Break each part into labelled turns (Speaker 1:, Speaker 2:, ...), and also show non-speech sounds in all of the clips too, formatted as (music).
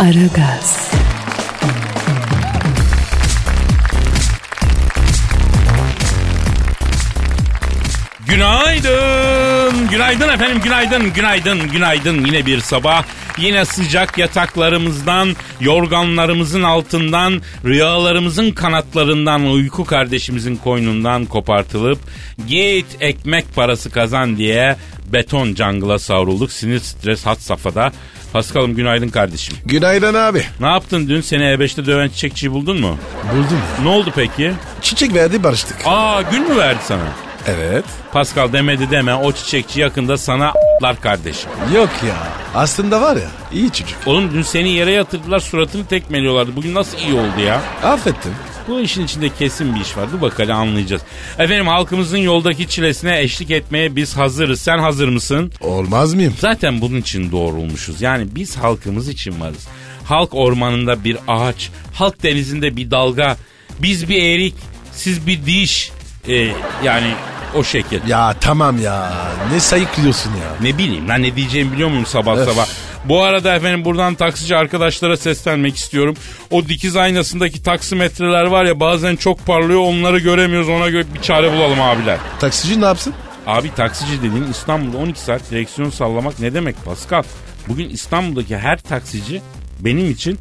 Speaker 1: Aragaz,
Speaker 2: Günaydın. Günaydın efendim. Günaydın. Günaydın. Günaydın. Yine bir sabah. Yine sıcak yataklarımızdan, yorganlarımızın altından, rüyalarımızın kanatlarından, uyku kardeşimizin koynundan kopartılıp git ekmek parası kazan diye beton jungle'a savrulduk. Sinir stres hat safhada. Paskal'ım günaydın kardeşim.
Speaker 3: Günaydın abi.
Speaker 2: Ne yaptın dün? Seni E5'te döven çiçekçiyi buldun mu?
Speaker 3: Buldum.
Speaker 2: Ne oldu peki?
Speaker 3: Çiçek verdi barıştık.
Speaker 2: Aa gün mü verdi sana?
Speaker 3: Evet.
Speaker 2: Pascal demedi deme o çiçekçi yakında sana a**lar kardeşim.
Speaker 3: Yok ya. Aslında var ya iyi çocuk.
Speaker 2: Oğlum dün seni yere yatırdılar suratını tekmeliyorlardı. Bugün nasıl iyi oldu ya?
Speaker 3: Affettim.
Speaker 2: Bu işin içinde kesin bir iş var. Dur bakalım anlayacağız. Efendim halkımızın yoldaki çilesine eşlik etmeye biz hazırız. Sen hazır mısın?
Speaker 3: Olmaz mıyım?
Speaker 2: Zaten bunun için doğrulmuşuz. Yani biz halkımız için varız. Halk ormanında bir ağaç, halk denizinde bir dalga, biz bir erik, siz bir diş. Ee, yani o şekil.
Speaker 3: Ya tamam ya. Ne sayıklıyorsun ya.
Speaker 2: Ne bileyim lan ne diyeceğimi biliyor muyum sabah
Speaker 3: Öf.
Speaker 2: sabah. Bu arada efendim buradan taksici arkadaşlara seslenmek istiyorum. O dikiz aynasındaki taksimetreler var ya bazen çok parlıyor onları göremiyoruz ona göre bir çare bulalım abiler.
Speaker 3: Taksici ne yapsın?
Speaker 2: Abi taksici dediğin İstanbul'da 12 saat direksiyon sallamak ne demek Pascal? Bugün İstanbul'daki her taksici benim için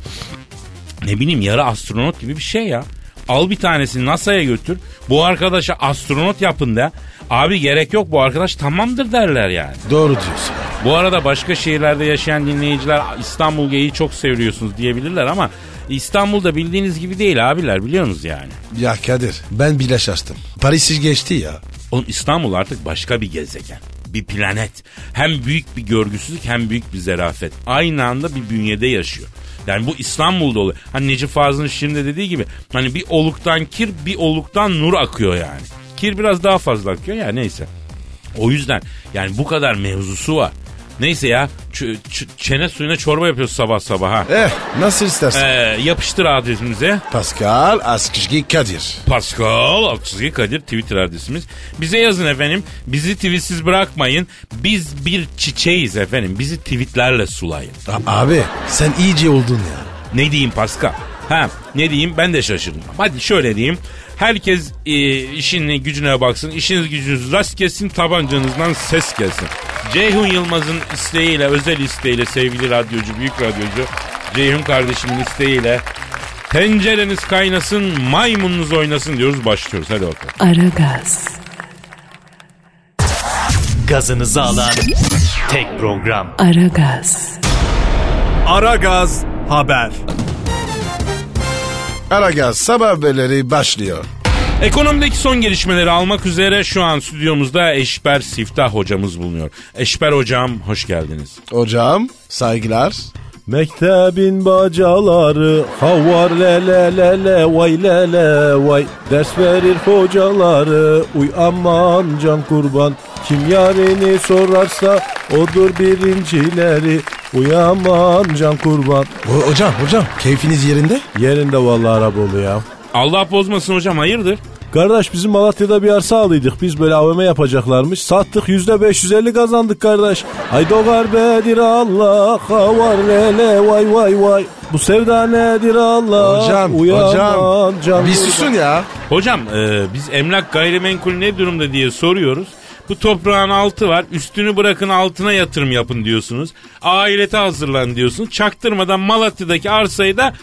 Speaker 2: ne bileyim yarı astronot gibi bir şey ya. Al bir tanesini NASA'ya götür. Bu arkadaşa astronot yapın da. Abi gerek yok bu arkadaş tamamdır derler yani.
Speaker 3: Doğru diyorsun.
Speaker 2: Bu arada başka şehirlerde yaşayan dinleyiciler İstanbul geyiği çok seviyorsunuz diyebilirler ama İstanbul'da bildiğiniz gibi değil abiler biliyorsunuz yani.
Speaker 3: Ya Kadir ben bile şaştım. Paris'i geçti ya.
Speaker 2: Oğlum İstanbul artık başka bir gezegen. Bir planet. Hem büyük bir görgüsüzlük hem büyük bir zerafet. Aynı anda bir bünyede yaşıyor. Yani bu İstanbul'da oluyor. Hani Necip Fazıl'ın şiirinde dediği gibi hani bir oluktan kir bir oluktan nur akıyor yani. Kir biraz daha fazla akıyor ya neyse. O yüzden yani bu kadar mevzusu var. Neyse ya ç- ç- çene suyuna çorba yapıyoruz sabah sabah ha.
Speaker 3: Eh nasıl istersin?
Speaker 2: Ee, yapıştır adresimize.
Speaker 3: Pascal Askışki Kadir.
Speaker 2: Pascal Altçizgi Kadir Twitter adresimiz. Bize yazın efendim. Bizi tweetsiz bırakmayın. Biz bir çiçeğiz efendim. Bizi tweetlerle sulayın.
Speaker 3: A- abi sen iyice oldun ya.
Speaker 2: Ne diyeyim Pascal? Ha ne diyeyim ben de şaşırdım. Hadi şöyle diyeyim. Herkes e, işine gücüne baksın. İşiniz gücünüz rast gelsin. Tabancanızdan ses gelsin. Ceyhun Yılmaz'ın isteğiyle, özel isteğiyle sevgili radyocu, büyük radyocu Ceyhun kardeşimin isteğiyle tencereniz kaynasın, maymununuz oynasın diyoruz. Başlıyoruz. Hadi bakalım.
Speaker 1: Aragaz,
Speaker 4: gazınızı alan tek program.
Speaker 1: Aragaz,
Speaker 4: Ara Gaz Haber.
Speaker 3: Aragaz sabah haberleri başlıyor.
Speaker 2: Ekonomideki son gelişmeleri almak üzere şu an stüdyomuzda Eşber Siftah hocamız bulunuyor. Eşber hocam hoş geldiniz.
Speaker 3: Hocam saygılar.
Speaker 5: Mektebin bacaları havar le le le le vay le le vay Ders verir hocaları uy aman can kurban Kim yarini sorarsa odur birincileri Uy aman can kurban
Speaker 3: Ho- hocam hocam keyfiniz yerinde?
Speaker 5: Yerinde vallahi Araboğlu ya
Speaker 2: Allah bozmasın hocam hayırdır?
Speaker 5: Kardeş bizim Malatya'da bir arsa aldıydık. Biz böyle AVM yapacaklarmış. Sattık yüzde 550 kazandık kardeş. Ay dogar bedir Allah. Havar lele vay vay vay. Bu sevda nedir Allah?
Speaker 3: Hocam
Speaker 5: Uyanan
Speaker 3: hocam
Speaker 5: can
Speaker 3: bir
Speaker 5: kurban.
Speaker 3: susun ya.
Speaker 2: Hocam e, biz emlak gayrimenkul ne durumda diye soruyoruz. Bu toprağın altı var üstünü bırakın altına yatırım yapın diyorsunuz. Ahirete hazırlan diyorsunuz. Çaktırmadan Malatya'daki arsayı da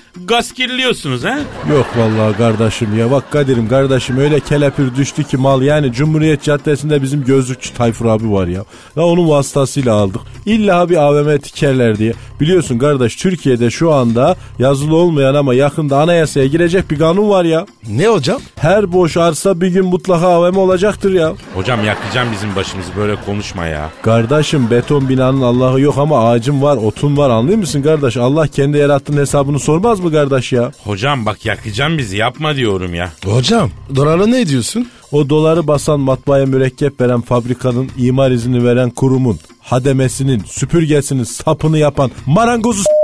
Speaker 2: gaskilliyorsunuz he?
Speaker 5: Yok vallahi kardeşim ya. Bak Kadir'im kardeşim öyle kelepir düştü ki mal. Yani Cumhuriyet Caddesi'nde bizim gözlükçü Tayfur abi var ya. Ya onun vasıtasıyla aldık. İlla bir AVM tikerler diye. Biliyorsun kardeş Türkiye'de şu anda yazılı olmayan ama yakında anayasaya girecek bir kanun var ya.
Speaker 3: Ne hocam?
Speaker 5: Her boş arsa bir gün mutlaka AVM olacaktır ya.
Speaker 2: Hocam yakacağım bizim başımızı böyle konuşma ya.
Speaker 5: Kardeşim beton binanın Allah'ı yok ama ağacın var, otun var anlıyor musun kardeş? Allah kendi yarattığın hesabını sormaz mı kardeş ya?
Speaker 2: Hocam bak yakacağım bizi yapma diyorum ya.
Speaker 3: Hocam dolara ne diyorsun?
Speaker 5: O doları basan matbaaya mürekkep veren fabrikanın, imar izni veren kurumun, hademesinin, süpürgesinin, sapını yapan marangozu s-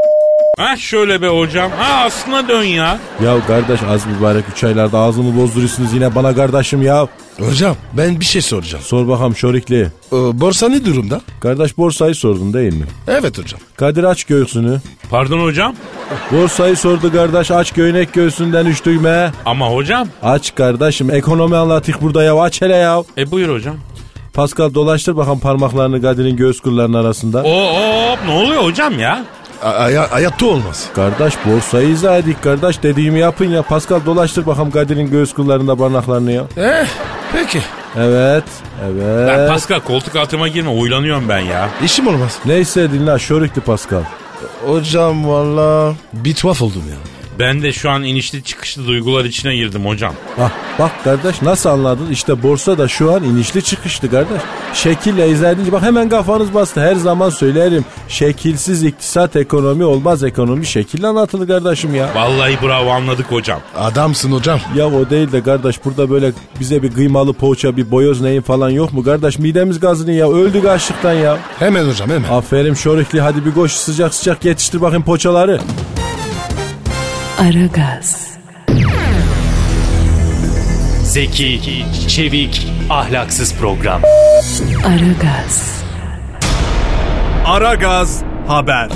Speaker 2: Ha şöyle be hocam. Ha aslına dön ya.
Speaker 5: Ya kardeş az mübarek 3 aylarda ağzımı bozduruyorsunuz yine bana kardeşim ya.
Speaker 3: Hocam ben bir şey soracağım.
Speaker 5: Sor bakalım şorikli.
Speaker 3: Ee, borsa ne durumda?
Speaker 5: Kardeş borsayı sordun değil mi?
Speaker 3: Evet hocam.
Speaker 5: Kadir aç göğsünü.
Speaker 2: Pardon hocam.
Speaker 5: Borsayı sordu kardeş aç göğnek göğsünden üç düğme.
Speaker 2: Ama hocam.
Speaker 5: Aç kardeşim ekonomi anlatık burada ya aç hele ya.
Speaker 2: E buyur hocam.
Speaker 5: Pascal dolaştır bakalım parmaklarını Kadir'in göğüs kıllarının arasında.
Speaker 2: Oo, oo, ne oluyor hocam ya?
Speaker 3: A- aya- hayatta olmaz.
Speaker 5: Kardeş borsayı izah edik kardeş dediğimi yapın ya. Pascal dolaştır bakalım Kadir'in göğüs kıllarında parmaklarını ya.
Speaker 3: Eh peki.
Speaker 5: Evet
Speaker 2: Ben
Speaker 5: evet.
Speaker 2: Pascal koltuk altıma girme uylanıyorum ben ya.
Speaker 3: İşim olmaz.
Speaker 5: Neyse dinle şörüklü Pascal.
Speaker 3: Hocam valla bir tuhaf oldum ya.
Speaker 2: Ben de şu an inişli çıkışlı duygular içine girdim hocam.
Speaker 5: Ah, bak kardeş nasıl anladın? İşte borsa da şu an inişli çıkışlı kardeş. Şekille izah edince bak hemen kafanız bastı. Her zaman söylerim. Şekilsiz iktisat ekonomi olmaz. Ekonomi şekille anlatılır kardeşim ya.
Speaker 2: Vallahi bravo anladık hocam.
Speaker 3: Adamsın hocam.
Speaker 5: Ya o değil de kardeş burada böyle bize bir kıymalı poğaça bir boyoz neyin falan yok mu kardeş? Midemiz gazını ya öldük açlıktan ya.
Speaker 3: Hemen hocam hemen.
Speaker 5: Aferin şorikli hadi bir koş sıcak sıcak yetiştir bakayım poğaçaları.
Speaker 1: Aragaz,
Speaker 4: Zeki, çevik, ahlaksız program.
Speaker 1: Aragaz,
Speaker 4: Aragaz haber.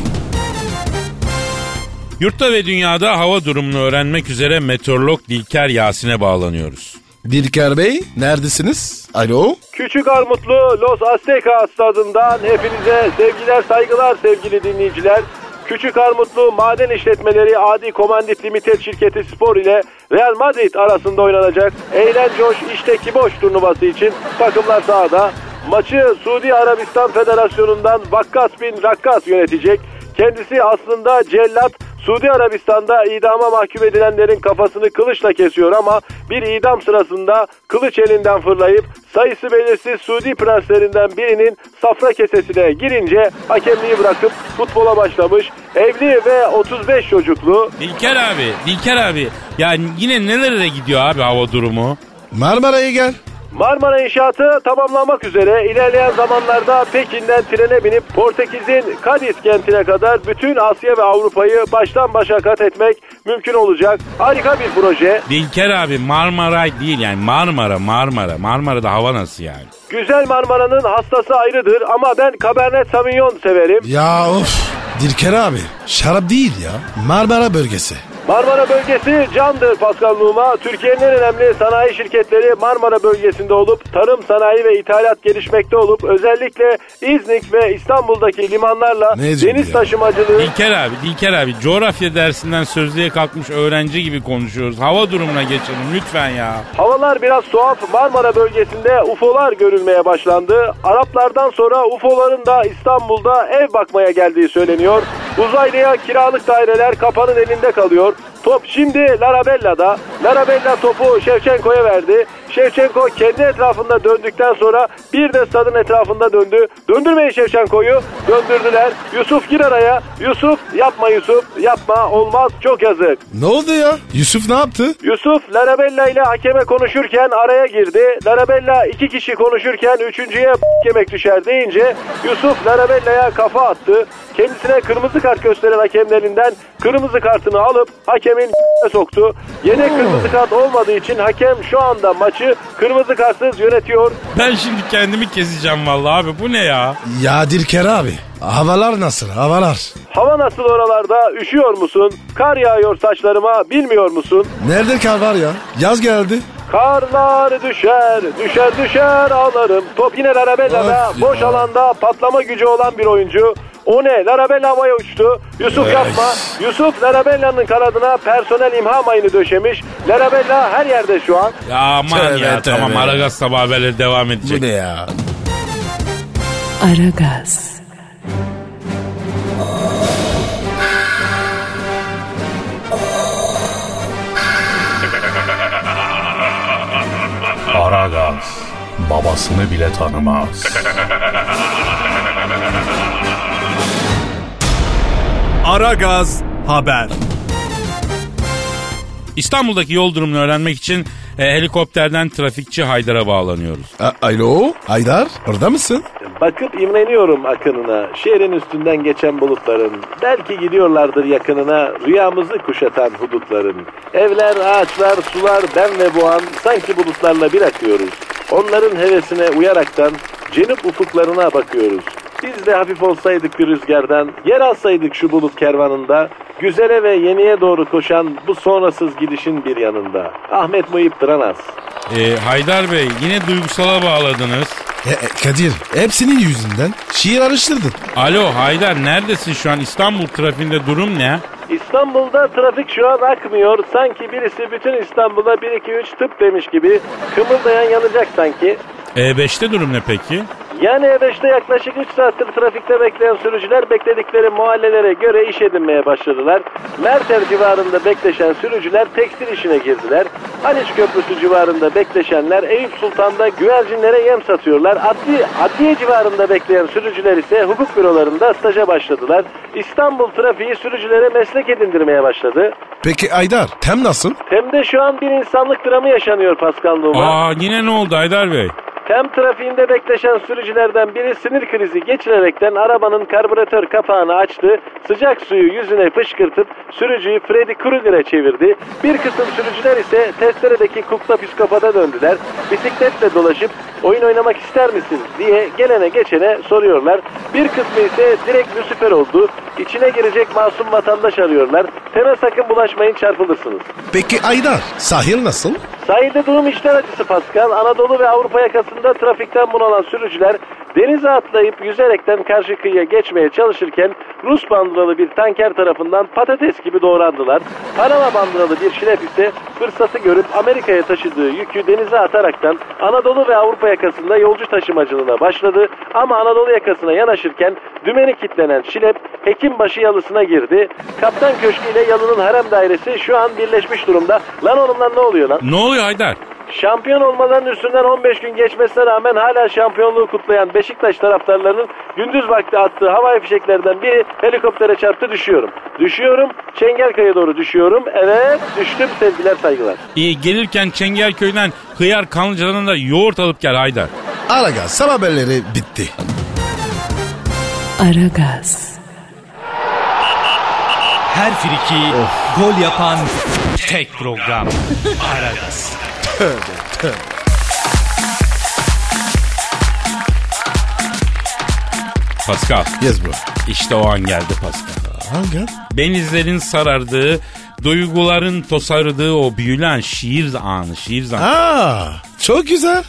Speaker 2: Yurtta ve dünyada hava durumunu öğrenmek üzere meteorolog Dilker Yasin'e bağlanıyoruz.
Speaker 3: Dilker Bey neredesiniz? Alo.
Speaker 5: Küçük Armutlu Los Aztecas stadından hepinize sevgiler saygılar sevgili dinleyiciler. Küçük Armutlu Maden İşletmeleri Adi Komandit Limited şirketi spor ile Real Madrid arasında oynanacak eğlen coş işte ki boş turnuvası için takımlar sahada. Maçı Suudi Arabistan Federasyonu'ndan Vakkas bin Rakkas yönetecek. Kendisi aslında cellat Suudi Arabistan'da idama mahkum edilenlerin kafasını kılıçla kesiyor ama bir idam sırasında kılıç elinden fırlayıp sayısı belirsiz Suudi prenslerinden birinin safra kesesine girince hakemliği bırakıp futbola başlamış. Evli ve 35 çocuklu
Speaker 2: Dilker abi, Dilker abi. Ya yine nelere gidiyor abi hava durumu?
Speaker 3: Marmara'ya gel.
Speaker 5: Marmara inşaatı tamamlanmak üzere ilerleyen zamanlarda Pekin'den trene binip Portekiz'in Cadiz kentine kadar bütün Asya ve Avrupa'yı baştan başa kat etmek mümkün olacak. Harika bir proje.
Speaker 2: Dilker abi Marmaray değil yani Marmara Marmara. Marmara'da hava nasıl yani?
Speaker 5: Güzel Marmara'nın hastası ayrıdır ama ben Cabernet Sauvignon severim.
Speaker 3: Ya of. Dilker abi şarap değil ya. Marmara bölgesi.
Speaker 5: Marmara bölgesi candır Pascal Numa. Türkiye'nin en önemli sanayi şirketleri Marmara bölgesinde olup tarım, sanayi ve ithalat gelişmekte olup özellikle İznik ve İstanbul'daki limanlarla
Speaker 3: Ne diyorsun
Speaker 5: deniz
Speaker 3: ya?
Speaker 5: taşımacılığı
Speaker 2: Dilker abi, Dilker abi coğrafya dersinden sözlüğe kalkmış öğrenci gibi konuşuyoruz. Hava durumuna geçelim lütfen ya.
Speaker 5: Havalar biraz tuhaf. Marmara bölgesinde UFO'lar görülmeye başlandı. Araplardan sonra UFO'ların da İstanbul'da ev bakmaya geldiği söyleniyor. Uzaylıya kiralık daireler kapanın elinde kalıyor. Top şimdi Larabella'da. Larabella topu Şevçenko'ya verdi. Şevçenko kendi etrafında döndükten sonra bir de stadın etrafında döndü. Döndürmeyin Şevçenko'yu. Döndürdüler. Yusuf gir araya. Yusuf yapma Yusuf. Yapma olmaz çok yazık.
Speaker 3: Ne oldu ya? Yusuf ne yaptı?
Speaker 5: Yusuf Larabella ile hakeme konuşurken araya girdi. Larabella iki kişi konuşurken üçüncüye yemek düşer deyince Yusuf Larabella'ya kafa attı. Kendisine kırmızı kart gösteren hakemlerinden kırmızı kartını alıp hakemin soktu. Yedek kırmızı kart olmadığı için hakem şu anda maçı kırmızı kartsız yönetiyor.
Speaker 2: Ben şimdi kendimi keseceğim vallahi abi bu ne ya?
Speaker 3: Ya Dilker abi havalar nasıl havalar?
Speaker 5: Hava nasıl oralarda? Üşüyor musun? Kar yağıyor saçlarıma bilmiyor musun?
Speaker 3: Nerede kar var ya? Yaz geldi.
Speaker 5: Karlar düşer, düşer düşer ağlarım. Top yine Larabella'da,
Speaker 3: Of ya.
Speaker 5: boş alanda patlama gücü olan bir oyuncu. O ne? Larabella havaya uçtu. Yusuf
Speaker 3: Yes.
Speaker 5: yapma. Yusuf Larabella'nın kanadına personel imha mayını döşemiş. Larabella her yerde şu an.
Speaker 2: Ya aman
Speaker 3: Tövbe,
Speaker 2: ya
Speaker 3: tövbe.
Speaker 2: tamam Aragaz sabah haberleri devam edecek.
Speaker 3: Bu ne ya?
Speaker 1: Aragaz,
Speaker 6: Aragaz babasını bile tanımaz.
Speaker 4: Aragaz Haber.
Speaker 2: İstanbul'daki yol durumunu öğrenmek için e, helikopterden trafikçi Haydar'a bağlanıyoruz.
Speaker 3: A- Alo Haydar orada mısın?
Speaker 5: Bakıp imreniyorum akınına. Şehrin üstünden geçen bulutların. Belki gidiyorlardır yakınına rüyamızı kuşatan hudutların. Evler, ağaçlar, sular, ben ve bu an sanki bulutlarla bir akıyoruz. Onların hevesine uyaraktan cenip ufuklarına bakıyoruz. Biz de hafif olsaydık bir rüzgardan, yer alsaydık şu bulut kervanında, güzele ve yeniye doğru koşan bu sonrasız gidişin bir yanında. Ahmet Muhip Tıranas.
Speaker 2: E, Haydar Bey yine duygusala bağladınız.
Speaker 3: E, e, Kadir hepsinin yüzünden şiir araştırdın.
Speaker 2: Alo Haydar neredesin şu an İstanbul trafiğinde durum ne?
Speaker 5: İstanbul'da trafik şu an akmıyor. Sanki birisi bütün İstanbul'a 1 2 3 tıp demiş gibi. Kımıldayan yanacak sanki.
Speaker 2: E5'te E, durum ne peki?
Speaker 5: Yani E5'te E yaklaşık 3 saattir trafikte bekleyen sürücüler bekledikleri mahallelere göre iş edinmeye başladılar. Merter civarında bekleşen sürücüler tekstil işine girdiler. Haliç Köprüsü civarında bekleşenler Eyüp Sultan'da güvercinlere yem satıyorlar. Adli, adliye civarında bekleyen sürücüler ise hukuk bürolarında staja başladılar. İstanbul trafiği sürücülere meslek edindirmeye başladı.
Speaker 3: Peki Haydar tem nasıl?
Speaker 5: Tem'de şu an bir insanlık dramı yaşanıyor Pascal Numa.
Speaker 2: Aa yine ne oldu Haydar Bey?
Speaker 5: Tem trafiğinde bekleşen sürücülerden biri sinir krizi geçirerekten arabanın karbüratör kapağını açtı, sıcak suyu yüzüne fışkırtıp sürücüyü Freddy Krueger'e çevirdi. Bir kısım sürücüler ise testeredeki kukla psikopata döndüler. Bisikletle dolaşıp oyun oynamak ister misin diye gelene geçene soruyorlar. Bir kısmı ise direkt Lucifer oldu. İçine girecek masum vatandaş arıyorlar. Teme sakın bulaşmayın çarpılırsınız.
Speaker 3: Peki Haydar sahil nasıl?
Speaker 5: Sahilde durum işler acısı Pascal. Anadolu ve Avrupa yakasında trafikten bunalan sürücüler denize atlayıp yüzerekten karşı kıyıya geçmeye çalışırken Rus bandıralı bir tanker tarafından patates gibi doğrandılar. Panama bandıralı bir şilep ise fırsatı görüp Amerika'ya taşıdığı yükü denize ataraktan Anadolu ve Avrupa yakasında yolcu taşımacılığına başladı. Ama Anadolu yakasına yanaşırken dümeni kitlenen şilep Hekimbaşı yalısına girdi. Kaptan Köşkü ile yalının harem dairesi şu an birleşmiş durumda. Lan oğlum lan ne oluyor lan?
Speaker 2: Ne oluyor Haydar?
Speaker 5: Şampiyon olmaların üstünden 15 gün geçmesine rağmen hala şampiyonluğu kutlayan Beşiktaş taraftarlarının gündüz vakti attığı havai fişeklerden biri helikoptere çarptı düşüyorum. Düşüyorum, Çengelköy'e doğru düşüyorum. Evet, düştüm sevgiler saygılar.
Speaker 2: Ee, gelirken Çengelköy'den Hıyar Kanlıca'dan da yoğurt alıp gel Haydar.
Speaker 3: Aragaz sabah haberleri bitti.
Speaker 1: Aragaz,
Speaker 4: (laughs) Her friki gol yapan tek program. Aragaz.
Speaker 2: Pascal
Speaker 3: Yes bro.
Speaker 2: işte o an geldi Pascal.
Speaker 3: Hangi?
Speaker 2: Benizlerin sarardığı, duyguların tosardığı o büyülen şiir anı, şiir zamanı.
Speaker 3: Aa, çok güzel.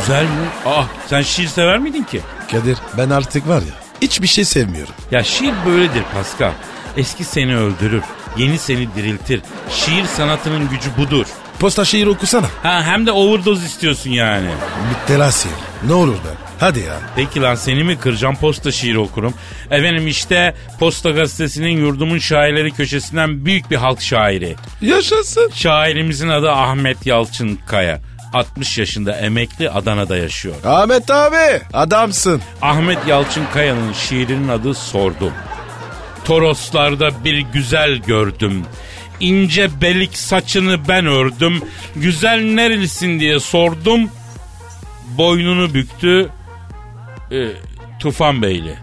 Speaker 2: Güzel mi? Aa sen şiir sever miydin ki?
Speaker 3: Kadir ben artık var ya hiçbir şey sevmiyorum.
Speaker 2: Ya şiir böyledir Pascal. Eski seni öldürür, yeni seni diriltir. Şiir sanatının gücü budur.
Speaker 3: Posta şiir okusana.
Speaker 2: Ha hem de overdose istiyorsun yani.
Speaker 3: Müptelasıyım. Ne olur be. Hadi ya.
Speaker 2: Peki lan seni mi kıracağım posta şiiri okurum. Efendim işte Posta Gazetesi'nin yurdumun şairleri köşesinden büyük bir halk şairi.
Speaker 3: Yaşasın.
Speaker 2: Şairimizin adı Ahmet Yalçın Kaya. 60 yaşında emekli Adana'da yaşıyor.
Speaker 3: Ahmet abi adamsın.
Speaker 2: Ahmet Yalçın Kaya'nın şiirinin adı Sordum. Toroslarda bir güzel gördüm. İnce belik saçını ben ördüm. Güzel nerelisin diye sordum. Boynunu büktü. Ee, Tufan Beyli.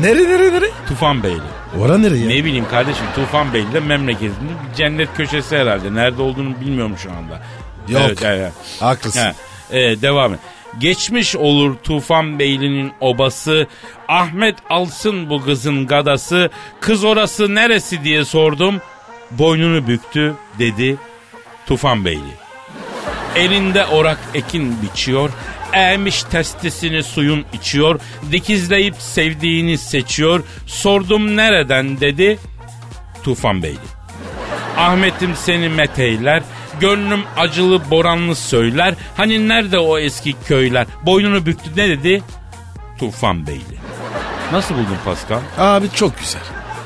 Speaker 3: Nere nere nere?
Speaker 2: Tufan Beyli.
Speaker 3: Ora nere ya?
Speaker 2: Ne bileyim kardeşim Tufan Beyli de memleketinde bir cennet köşesi herhalde. Nerede olduğunu bilmiyorum şu anda.
Speaker 3: Yok.
Speaker 2: Evet, evet.
Speaker 3: Haklısın.
Speaker 2: Ha, e, devam et. Geçmiş olur Tufan Beyli'nin obası. Ahmet alsın bu kızın gadası. Kız orası neresi diye sordum. Boynunu büktü dedi Tufan Beyli. Elinde orak ekin biçiyor. Eğmiş testisini suyun içiyor. Dikizleyip sevdiğini seçiyor. Sordum nereden dedi. Tufan Beyli. Ahmet'im seni meteyler. Gönlüm acılı boranlı söyler. Hani nerede o eski köyler? Boynunu büktü ne dedi? Tufan Beyli. Nasıl buldun Pascal?
Speaker 3: Abi çok güzel.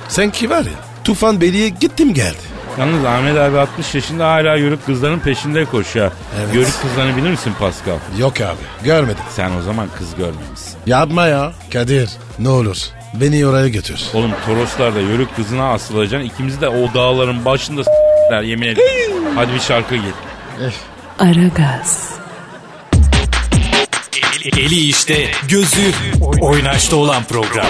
Speaker 3: Sen ki var ya Tufan Beyli'ye gittim geldi.
Speaker 2: Yalnız Ahmet abi 60 yaşında hala yörük kızların peşinde koşuyor.
Speaker 3: Evet.
Speaker 2: Yörük kızlarını bilir misin Pascal?
Speaker 3: Yok abi görmedim.
Speaker 2: Sen o zaman kız görmemişsin.
Speaker 3: Yapma ya. Kadir ne olur beni oraya götür.
Speaker 2: Oğlum Toroslar'da yörük kızına asılacaksın. İkimiz de o dağların başında s**ler yemin ederim. Hadi bir şarkı git.
Speaker 1: Aragaz,
Speaker 4: Eli işte, gözü oynaşta olan program.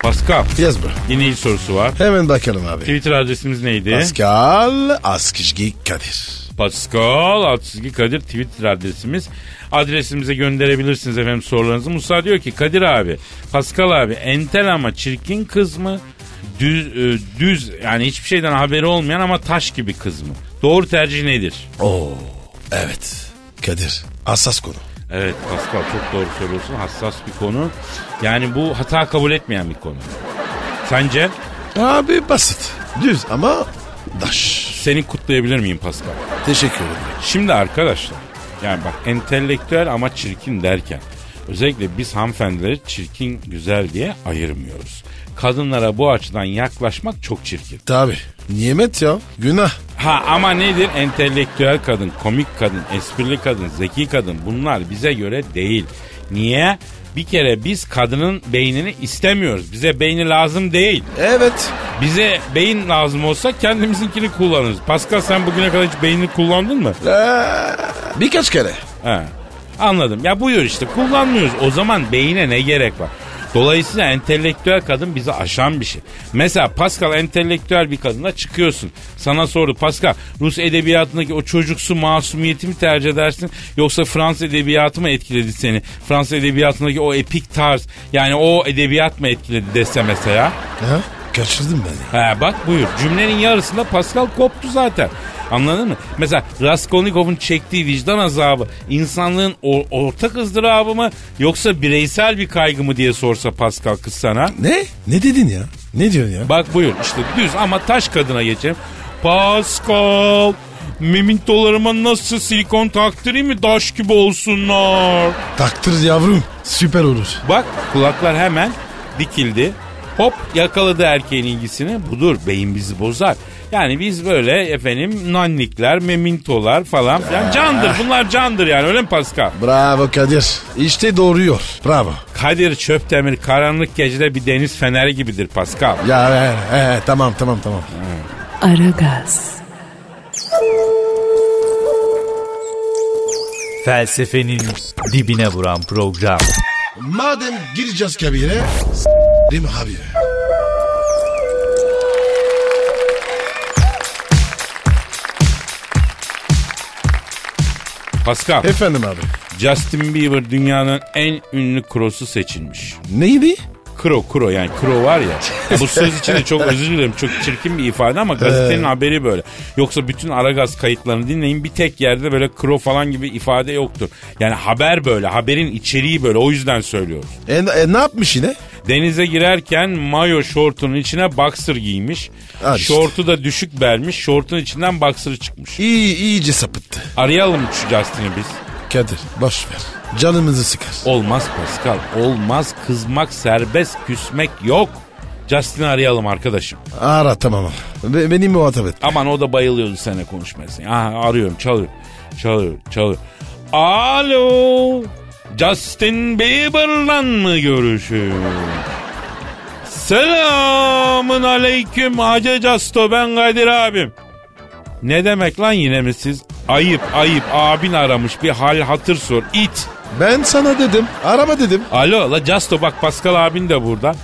Speaker 2: Pascal
Speaker 3: Yaz bro.
Speaker 2: dinleyici sorusu var.
Speaker 3: Hemen bakalım abi.
Speaker 2: Twitter adresimiz neydi?
Speaker 3: Ee? Pascal Askışgi Kadir.
Speaker 2: Pascal Atsızki Kadir Twitter adresimiz. Adresimize gönderebilirsiniz efendim sorularınızı. Musa diyor ki Kadir abi, Pascal abi entel ama çirkin kız mı? Düz, e, düz yani hiçbir şeyden haberi olmayan ama taş gibi kız mı? Doğru tercih nedir?
Speaker 3: Oo. Evet. Kadir. Hassas konu.
Speaker 2: Evet Pascal çok doğru söylüyorsun. Hassas bir konu. Yani bu hata kabul etmeyen bir konu. Sence
Speaker 3: Abi basit. Düz ama daş.
Speaker 2: seni kutlayabilir miyim Pascal?
Speaker 3: Teşekkür ederim.
Speaker 2: Şimdi arkadaşlar yani bak entelektüel ama çirkin derken özellikle biz hanımefendileri çirkin güzel diye ayırmıyoruz. Kadınlara bu açıdan yaklaşmak çok çirkin.
Speaker 3: Tabi. Nimet ya. Günah.
Speaker 2: Ha ama nedir? Entelektüel kadın, komik kadın, esprili kadın, zeki kadın bunlar bize göre değil. Niye? Bir kere biz kadının beynini istemiyoruz. Bize beyni lazım değil.
Speaker 3: Evet.
Speaker 2: Bize beyin lazım olsa kendimizinkini kullanırız. Pascal sen bugüne kadar hiç beynini kullandın mı?
Speaker 3: Ee? Birkaç kere.
Speaker 2: He. Anladım. Ya buyur işte kullanmıyoruz. O zaman beyine ne gerek var? Dolayısıyla entelektüel kadın bizi aşan bir şey. Mesela Pascal entelektüel bir kadına çıkıyorsun. Sana sordu Pascal Rus edebiyatındaki o çocuksu masumiyeti mi tercih edersin yoksa Fransız edebiyatı mı etkiledi seni? Fransız edebiyatındaki o epik tarz yani o edebiyat mı etkiledi dese mesela.
Speaker 3: Ha? Kaçırdım ben ya.
Speaker 2: He bak buyur. Cümlenin yarısında Pascal koptu zaten. Anladın mı? Mesela Raskolnikov'un çektiği vicdan azabı insanlığın o- ortak ızdırabı mı yoksa bireysel bir kaygı mı diye sorsa Pascal kız sana.
Speaker 3: Ne? Ne dedin ya? Ne diyorsun ya?
Speaker 2: Bak buyur işte düz ama taş kadına geçelim. Pascal memintolarıma nasıl silikon taktırayım mı taş gibi olsunlar.
Speaker 3: Taktır yavrum. Süper olur.
Speaker 2: Bak kulaklar hemen dikildi. Hop yakaladı erkeğin ilgisini. Budur beyin bizi bozar. Yani biz böyle efendim nannikler, memintolar falan filan candır. Bunlar candır yani öyle mi Pascal?
Speaker 3: Bravo Kadir. İşte doğruyor. Bravo.
Speaker 2: Kadir Çöptemir karanlık gecede bir deniz feneri gibidir Pascal.
Speaker 3: Ya e, e, tamam tamam tamam.
Speaker 1: Aragaz,
Speaker 4: Felsefenin dibine vuran program.
Speaker 3: Madem gireceğiz kabire değil mi abi?
Speaker 2: Pascal,
Speaker 3: Efendim abi.
Speaker 2: Justin Bieber dünyanın en ünlü krosu seçilmiş.
Speaker 3: Neydi?
Speaker 2: Kro kro yani kro var ya. (laughs) Ya bu söz için de çok özür dilerim. Çok çirkin bir ifade ama gazetenin haberi böyle. Yoksa bütün Aragaz kayıtlarını dinleyin. Bir tek yerde böyle kro falan gibi ifade yoktur. Yani haber böyle. Haberin içeriği böyle. O yüzden söylüyoruz.
Speaker 3: E, e, ne yapmış yine?
Speaker 2: Denize girerken mayo şortunun içine boxer giymiş.
Speaker 3: Al işte.
Speaker 2: Şortu da düşük belmiş. Şortun içinden boxer çıkmış.
Speaker 3: İyi, iyice sapıttı.
Speaker 2: Arayalım şu Justin'i biz.
Speaker 3: Kadir boş ver. Canımızı sıkar.
Speaker 2: Olmaz Pascal. Olmaz. Kızmak serbest. Küsmek yok. Justin'i arayalım arkadaşım.
Speaker 3: Ara tamam abi. Be- beni muhatap et.
Speaker 2: Aman o da bayılıyordu seninle konuşmasına. Aha, arıyorum çalıyor. Çalıyor çalıyor. Alo. Justin Bieber'la mı görüşüyorum? Selamın aleyküm Hacı Casto ben Kadir abim. Ne demek lan yine mi siz? Ayıp ayıp abin aramış bir hal hatır sor it.
Speaker 3: Ben sana dedim. Arama dedim.
Speaker 2: Alo la Casto bak Pascal abin de burada.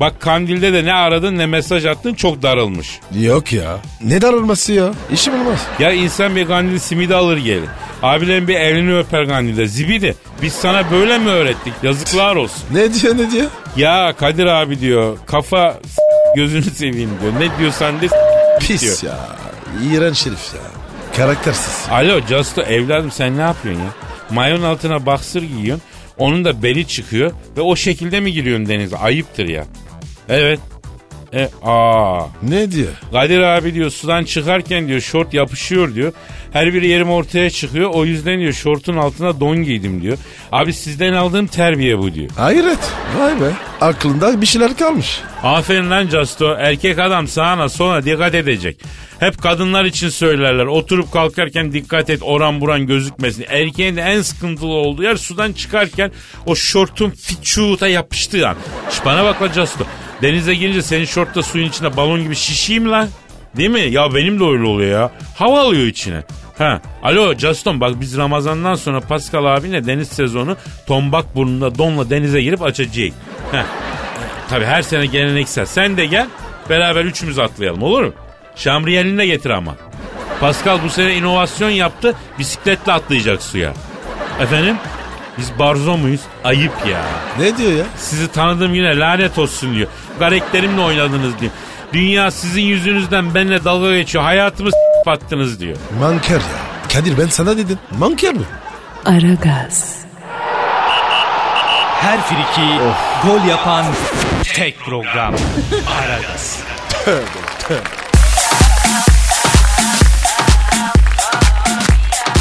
Speaker 2: Bak Kandil'de de ne aradın ne mesaj attın çok darılmış.
Speaker 3: Yok ya. Ne darılması ya? İşim olmaz.
Speaker 2: Ya insan bir kandil simidi alır gelir. Abilerin bir elini öper kandilde. Zibidi biz sana böyle mi öğrettik? Yazıklar olsun.
Speaker 3: Ne diyor ne diyor?
Speaker 2: Ya Kadir abi diyor kafa s- gözünü seveyim diyor. Ne diyorsan de s- diyor.
Speaker 3: Pis ya. İğrenç herif ya. Karaktersiz.
Speaker 2: Alo Justo evladım sen ne yapıyorsun ya? Mayon altına baksır giyiyorsun. Onun da beli çıkıyor ve o şekilde mi giriyorsun denize? Ayıptır ya. Evet. E aa.
Speaker 3: Ne diyor?
Speaker 2: Kadir abi diyor sudan çıkarken diyor şort yapışıyor diyor. Her bir yerim ortaya çıkıyor. O yüzden diyor şortun altına don giydim diyor. Abi sizden aldığım terbiye bu diyor.
Speaker 3: Hayret. Vay be. Aklında bir şeyler kalmış.
Speaker 2: Aferin lan Justo. Erkek adam sağına sola dikkat edecek. Hep kadınlar için söylerler. Oturup kalkarken dikkat et oran buran gözükmesin. Erkeğin de en sıkıntılı olduğu yer sudan çıkarken o şortun fiçuğuta yapıştığı an. Şş, bana bak lan Justo. Denize girince senin şort da suyun içinde balon gibi şişeyim lan. Değil mi? Ya benim de öyle oluyor ya. Hava alıyor içine. Ha. Alo Justin bak biz Ramazan'dan sonra Pascal abine deniz sezonu tombak burnunda donla denize girip açacağız. Ha. Tabii her sene geleneksel. Sen de gel beraber üçümüz atlayalım olur mu? Şamriyelini de getir ama. Pascal bu sene inovasyon yaptı. Bisikletle atlayacak suya. Efendim? Biz barzo muyuz? Ayıp ya.
Speaker 3: Ne diyor ya?
Speaker 2: Sizi tanıdığım güne lanet olsun diyor. Karakterimle oynadınız diyor. Dünya sizin yüzünüzden benimle dalga geçiyor. Hayatımı s**p attınız diyor.
Speaker 3: Manker ya. Kadir ben sana dedim. Manker mi?
Speaker 1: Aragaz,
Speaker 4: Her friki gol yapan tek program.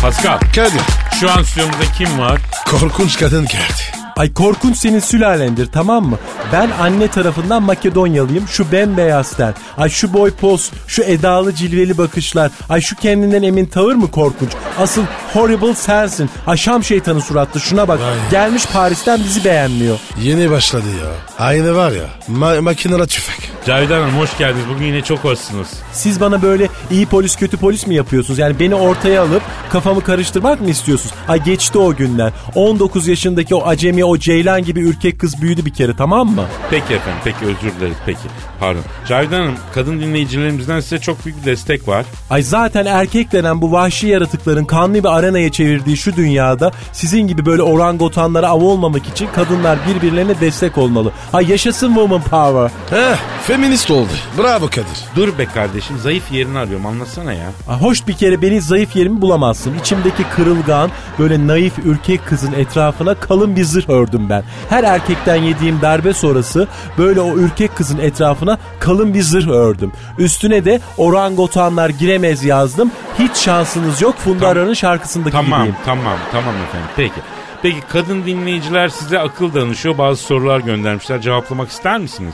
Speaker 2: Pascal
Speaker 3: Kadir.
Speaker 2: şu an stüdyomuzda kim var?
Speaker 3: Korkunç kadın geldi.
Speaker 5: Ay korkunç senin sülalendir tamam mı? Ben anne tarafından Makedonyalıyım. Şu bembeyaz ten. Ay şu boy poz, şu edalı cilveli bakışlar. Ay şu kendinden emin tavır mı korkunç? Asıl horrible sensin. Ay şam şeytanı suratlı şuna bak. Gelmiş Paris'ten bizi beğenmiyor.
Speaker 3: Yeni başladı ya. Aynı var ya. Ma makinara tüfek.
Speaker 2: Cavidan Hanım hoş geldiniz. Bugün yine çok hoşsunuz.
Speaker 5: Siz bana böyle iyi polis kötü polis mi yapıyorsunuz? Yani beni ortaya alıp kafamı karıştırmak mı istiyorsunuz? Ay geçti o günler. 19 yaşındaki o acemi o ceylan gibi ürkek kız büyüdü bir kere tamam mı?
Speaker 2: Peki efendim peki özür dileriz peki. Pardon. Cavidan Hanım kadın dinleyicilerimizden size çok büyük bir destek var.
Speaker 5: Ay zaten erkek denen bu vahşi yaratıkların kanlı bir arenaya çevirdiği şu dünyada sizin gibi böyle orangotanlara av olmamak için kadınlar birbirlerine destek olmalı. Ay yaşasın woman power.
Speaker 3: Heh, feminist oldu. Bravo Kadir.
Speaker 2: Dur be kardeşim zayıf yerini arıyorum anlasana ya.
Speaker 5: Ay hoş bir kere beni zayıf yerimi bulamazsın. İçimdeki kırılgan, böyle naif ürkek kızın etrafına kalın bir zırh ördüm ben. Her erkekten yediğim darbe sonrası böyle o ürkek kızın etrafına kalın bir zırh ördüm. Üstüne de orangotanlar giremez yazdım. Hiç şansınız yok Funda
Speaker 2: Tamam.
Speaker 5: Arar'ın şarkısındaki
Speaker 2: Tamam
Speaker 5: gibiyim.
Speaker 2: tamam tamam efendim peki. Peki kadın dinleyiciler size akıl danışıyor bazı sorular göndermişler cevaplamak ister misiniz?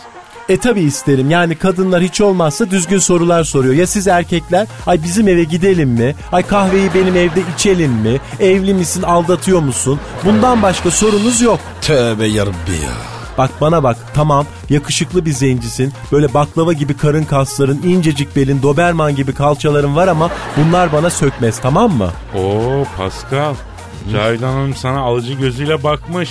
Speaker 5: E tabi isterim. Yani kadınlar hiç olmazsa düzgün sorular soruyor. Ya siz erkekler? Ay bizim eve gidelim mi? Ay kahveyi benim evde içelim mi? Evli misin? Aldatıyor musun? Bundan başka sorunuz yok.
Speaker 3: Tövbe yarabbi ya.
Speaker 5: Bak bana bak tamam yakışıklı bir zencisin böyle baklava gibi karın kasların incecik belin doberman gibi kalçaların var ama bunlar bana sökmez tamam mı?
Speaker 2: Oo Pascal. Cavidan Hanım sana alıcı gözüyle bakmış.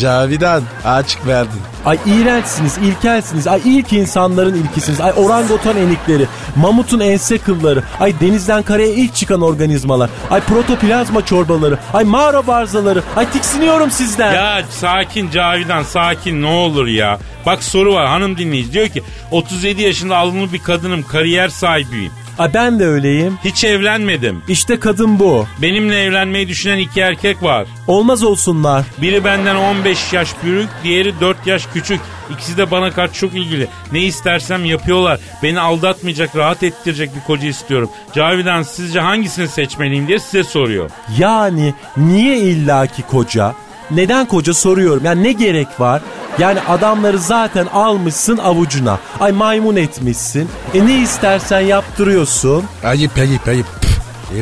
Speaker 3: Cavidan açık verdin.
Speaker 5: Ay iğrençsiniz, ilkelsiniz. Ay ilk insanların ilkisiniz. Ay orangutan enikleri, mamutun ense kılları. Ay denizden karaya ilk çıkan organizmalar. Ay protoplazma çorbaları. Ay mağara barzaları. Ay tiksiniyorum sizden.
Speaker 2: Ya sakin Cavidan sakin ne olur ya. Bak soru var hanım dinleyici diyor ki 37 yaşında alımlı bir kadınım kariyer sahibiyim.
Speaker 5: Ay ben de öyleyim.
Speaker 2: Hiç evlenmedim.
Speaker 5: İşte kadın bu.
Speaker 2: Benimle evlenmeyi düşünen iki erkek var.
Speaker 5: Olmaz olsunlar.
Speaker 2: Biri benden 15 yaş büyük, diğeri 4 yaş küçük. İkisi de bana karşı çok ilgili. Ne istersem yapıyorlar. Beni aldatmayacak, rahat ettirecek bir koca istiyorum. Cavidan sizce hangisini seçmeliyim diye size soruyor.
Speaker 5: Yani niye illaki koca? Neden koca soruyorum. Yani ne gerek var? Yani adamları zaten almışsın avucuna. Ay maymun etmişsin. E ne istersen yaptırıyorsun.
Speaker 3: Ayıp ayıp ayıp. Püh,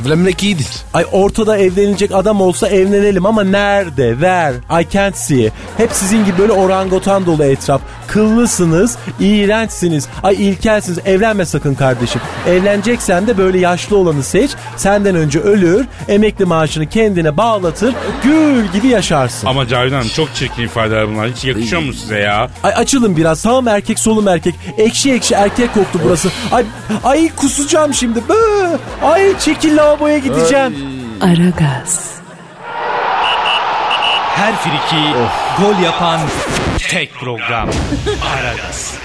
Speaker 3: Evlenmek iyidir.
Speaker 5: Ay ortada evlenecek adam olsa evlenelim ama nerede? Ver. I can't see. Hep sizin gibi böyle orangutan dolu etraf. Kıllısınız, iğrençsiniz. Ay ilkelsiniz. Evlenme sakın kardeşim. Evleneceksen de böyle yaşlı olanı seç. Senden önce ölür, emekli maaşını kendine bağlatır, gül gibi yaşarsın.
Speaker 2: Ama Cavidan Hanım çok çirkin ifadeler bunlar. Hiç yakışıyor mu size ya?
Speaker 5: Ay açılın biraz. Sağım erkek, solum erkek. Ekşi ekşi erkek koktu burası. Ay ay kusacağım şimdi. Bıı. Ay çekil lavaboya gideceğim.
Speaker 1: Aragaz,
Speaker 4: Her friki gol yapan tek program. Aragaz.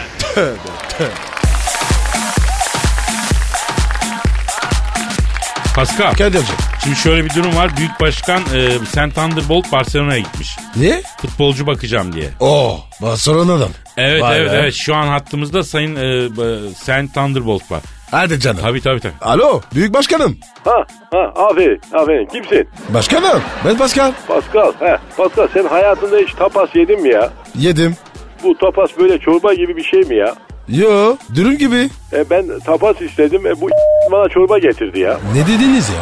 Speaker 2: Pascal,
Speaker 3: Kadir'cim
Speaker 2: Şimdi şöyle bir durum var. Büyük Başkan e, Sam Thunderbolt Barcelona'ya gitmiş.
Speaker 3: Ne?
Speaker 2: Futbolcu bakacağım diye.
Speaker 3: Oo Barcelona'dan.
Speaker 2: Evet
Speaker 3: Vay
Speaker 2: evet
Speaker 3: be.
Speaker 2: evet. Şu an hattımızda Sayın e, b- Sam Thunderbolt var.
Speaker 3: Hadi canım.
Speaker 2: Tabii tabii tabii.
Speaker 3: Alo büyük başkanım.
Speaker 7: Ha ha abi abi kimsin?
Speaker 3: Başkanım ben Pascal.
Speaker 7: Pascal. He Pascal sen hayatında hiç tapas yedin mi ya?
Speaker 3: Yedim.
Speaker 7: Bu tapas böyle çorba gibi bir şey mi ya?
Speaker 3: Yo dürüm gibi.
Speaker 7: E ben tapas istedim e bu (laughs) bana çorba getirdi ya.
Speaker 3: Ne dediniz ya?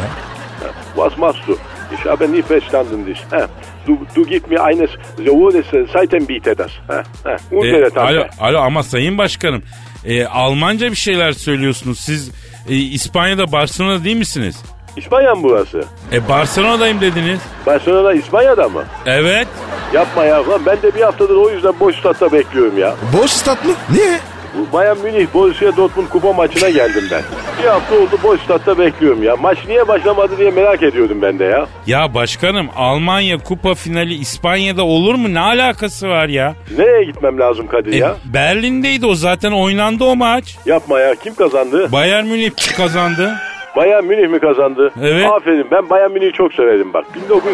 Speaker 7: Was machst du? Ich habe nie verstanden dich. He. Du, du gib mir eines Sohnes Seiten biete das. He. He. Und
Speaker 2: E,
Speaker 7: evet abi.
Speaker 2: alo, alo ama Sayın Başkanım. e, Almanca bir şeyler söylüyorsunuz. Siz e, İspanya'da Barcelona değil misiniz?
Speaker 7: İspanya mı burası?
Speaker 2: E Barcelona'dayım dediniz.
Speaker 7: Barcelona İspanya'da mı?
Speaker 2: Evet.
Speaker 7: Yapma ya lan ben de bir haftadır o yüzden boş statta bekliyorum ya.
Speaker 3: Boş stat mı? Niye?
Speaker 7: Bu Bayern Münih Borussia Dortmund kupa maçına geldim ben. Bir hafta oldu boş statta bekliyorum ya. Maç niye başlamadı diye merak ediyordum ben de ya.
Speaker 2: Ya başkanım Almanya kupa finali İspanya'da olur mu? Ne alakası var ya?
Speaker 7: Nereye gitmem lazım Kadir
Speaker 2: E,
Speaker 7: ya?
Speaker 2: Berlin'deydi o zaten oynandı o maç.
Speaker 7: Yapma ya kim kazandı?
Speaker 2: Bayern Münih kazandı.
Speaker 7: Bayern Münih mi kazandı?
Speaker 2: Evet.
Speaker 7: Aferin ben Bayern Münih'i çok severim bak.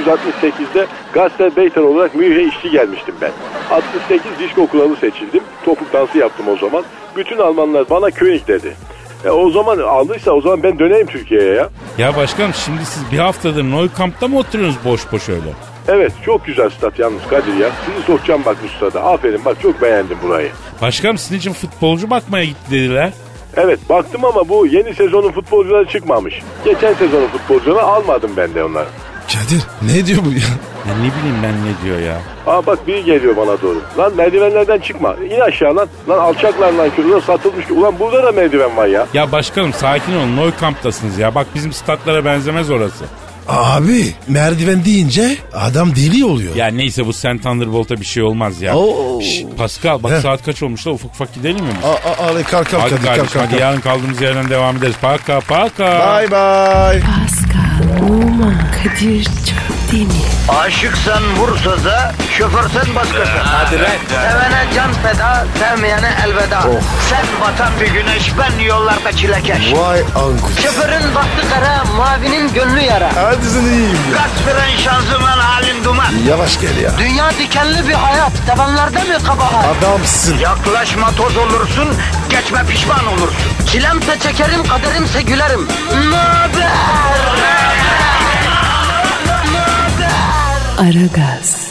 Speaker 7: 1968'de Gazetebeyten olarak Münih'e işçi gelmiştim ben. 68 disko kuralı seçildim. Topuk dansı yaptım o zaman. Bütün Almanlar bana König dedi. E, o zaman aldıysa o zaman ben döneyim Türkiye'ye ya.
Speaker 2: Ya başkanım şimdi siz bir haftadır Neukamp'ta mı oturuyorsunuz boş boş öyle?
Speaker 7: Evet çok güzel stat yalnız Kadir ya. Sizi sokacağım bak bu stada. Aferin bak çok beğendim burayı.
Speaker 2: Başkanım sizin için futbolcu bakmaya gitti dediler.
Speaker 7: Evet baktım ama bu yeni sezonun futbolcuları çıkmamış. Geçen sezonun futbolcuları almadım ben de onları.
Speaker 3: Kadir ne diyor bu ya?
Speaker 2: Ya ne bileyim ben ne diyor ya.
Speaker 7: Aa bak biri geliyor bana doğru. Lan merdivenlerden çıkma. İn aşağı lan. Lan alçaklar lan şurada satılmış. Ulan burada da merdiven var ya.
Speaker 2: Ya başkanım sakin olun Neukamp'tasınız ya. Bak bizim statlara benzemez orası.
Speaker 3: Abi merdiven deyince adam deli oluyor.
Speaker 2: Ya neyse bu Sen Thunderbolt'a bir şey olmaz ya.
Speaker 3: Oo.
Speaker 2: Şş, Pascal bak
Speaker 3: Heh.
Speaker 2: saat kaç olmuş da ufak ufak gidelim mi? biz?
Speaker 3: Aa, aa, hadi kalk kalk
Speaker 2: Hadi
Speaker 3: Kadir kalk
Speaker 2: kardeşim
Speaker 3: kalk.
Speaker 2: hadi
Speaker 3: kalk.
Speaker 2: yarın kaldığımız yerden devam ederiz. Paka paka.
Speaker 3: Bye bye.
Speaker 1: Pascal, Oman, Kadir çok değil mi?
Speaker 8: Aşıksan vursa da, şoförsen başkasın. Hadi Sevene can feda, sevmeyene elveda. Sen batan bir güneş, ben yollarda çilekeş.
Speaker 3: Vay anku.
Speaker 8: Şoförün baktı kara, mavinin gönlü yara.
Speaker 3: Hadi sen iyiyim ya.
Speaker 8: Kasperen şanzıman halin duman.
Speaker 3: Yavaş gel ya.
Speaker 8: Dünya dikenli bir hayat, sevenlerde mi kabahar?
Speaker 3: Adamsın.
Speaker 8: Yaklaşma toz olursun, geçme pişman olursun. Çilemse çekerim, kaderimse gülerim. Möber!
Speaker 1: Aragaz.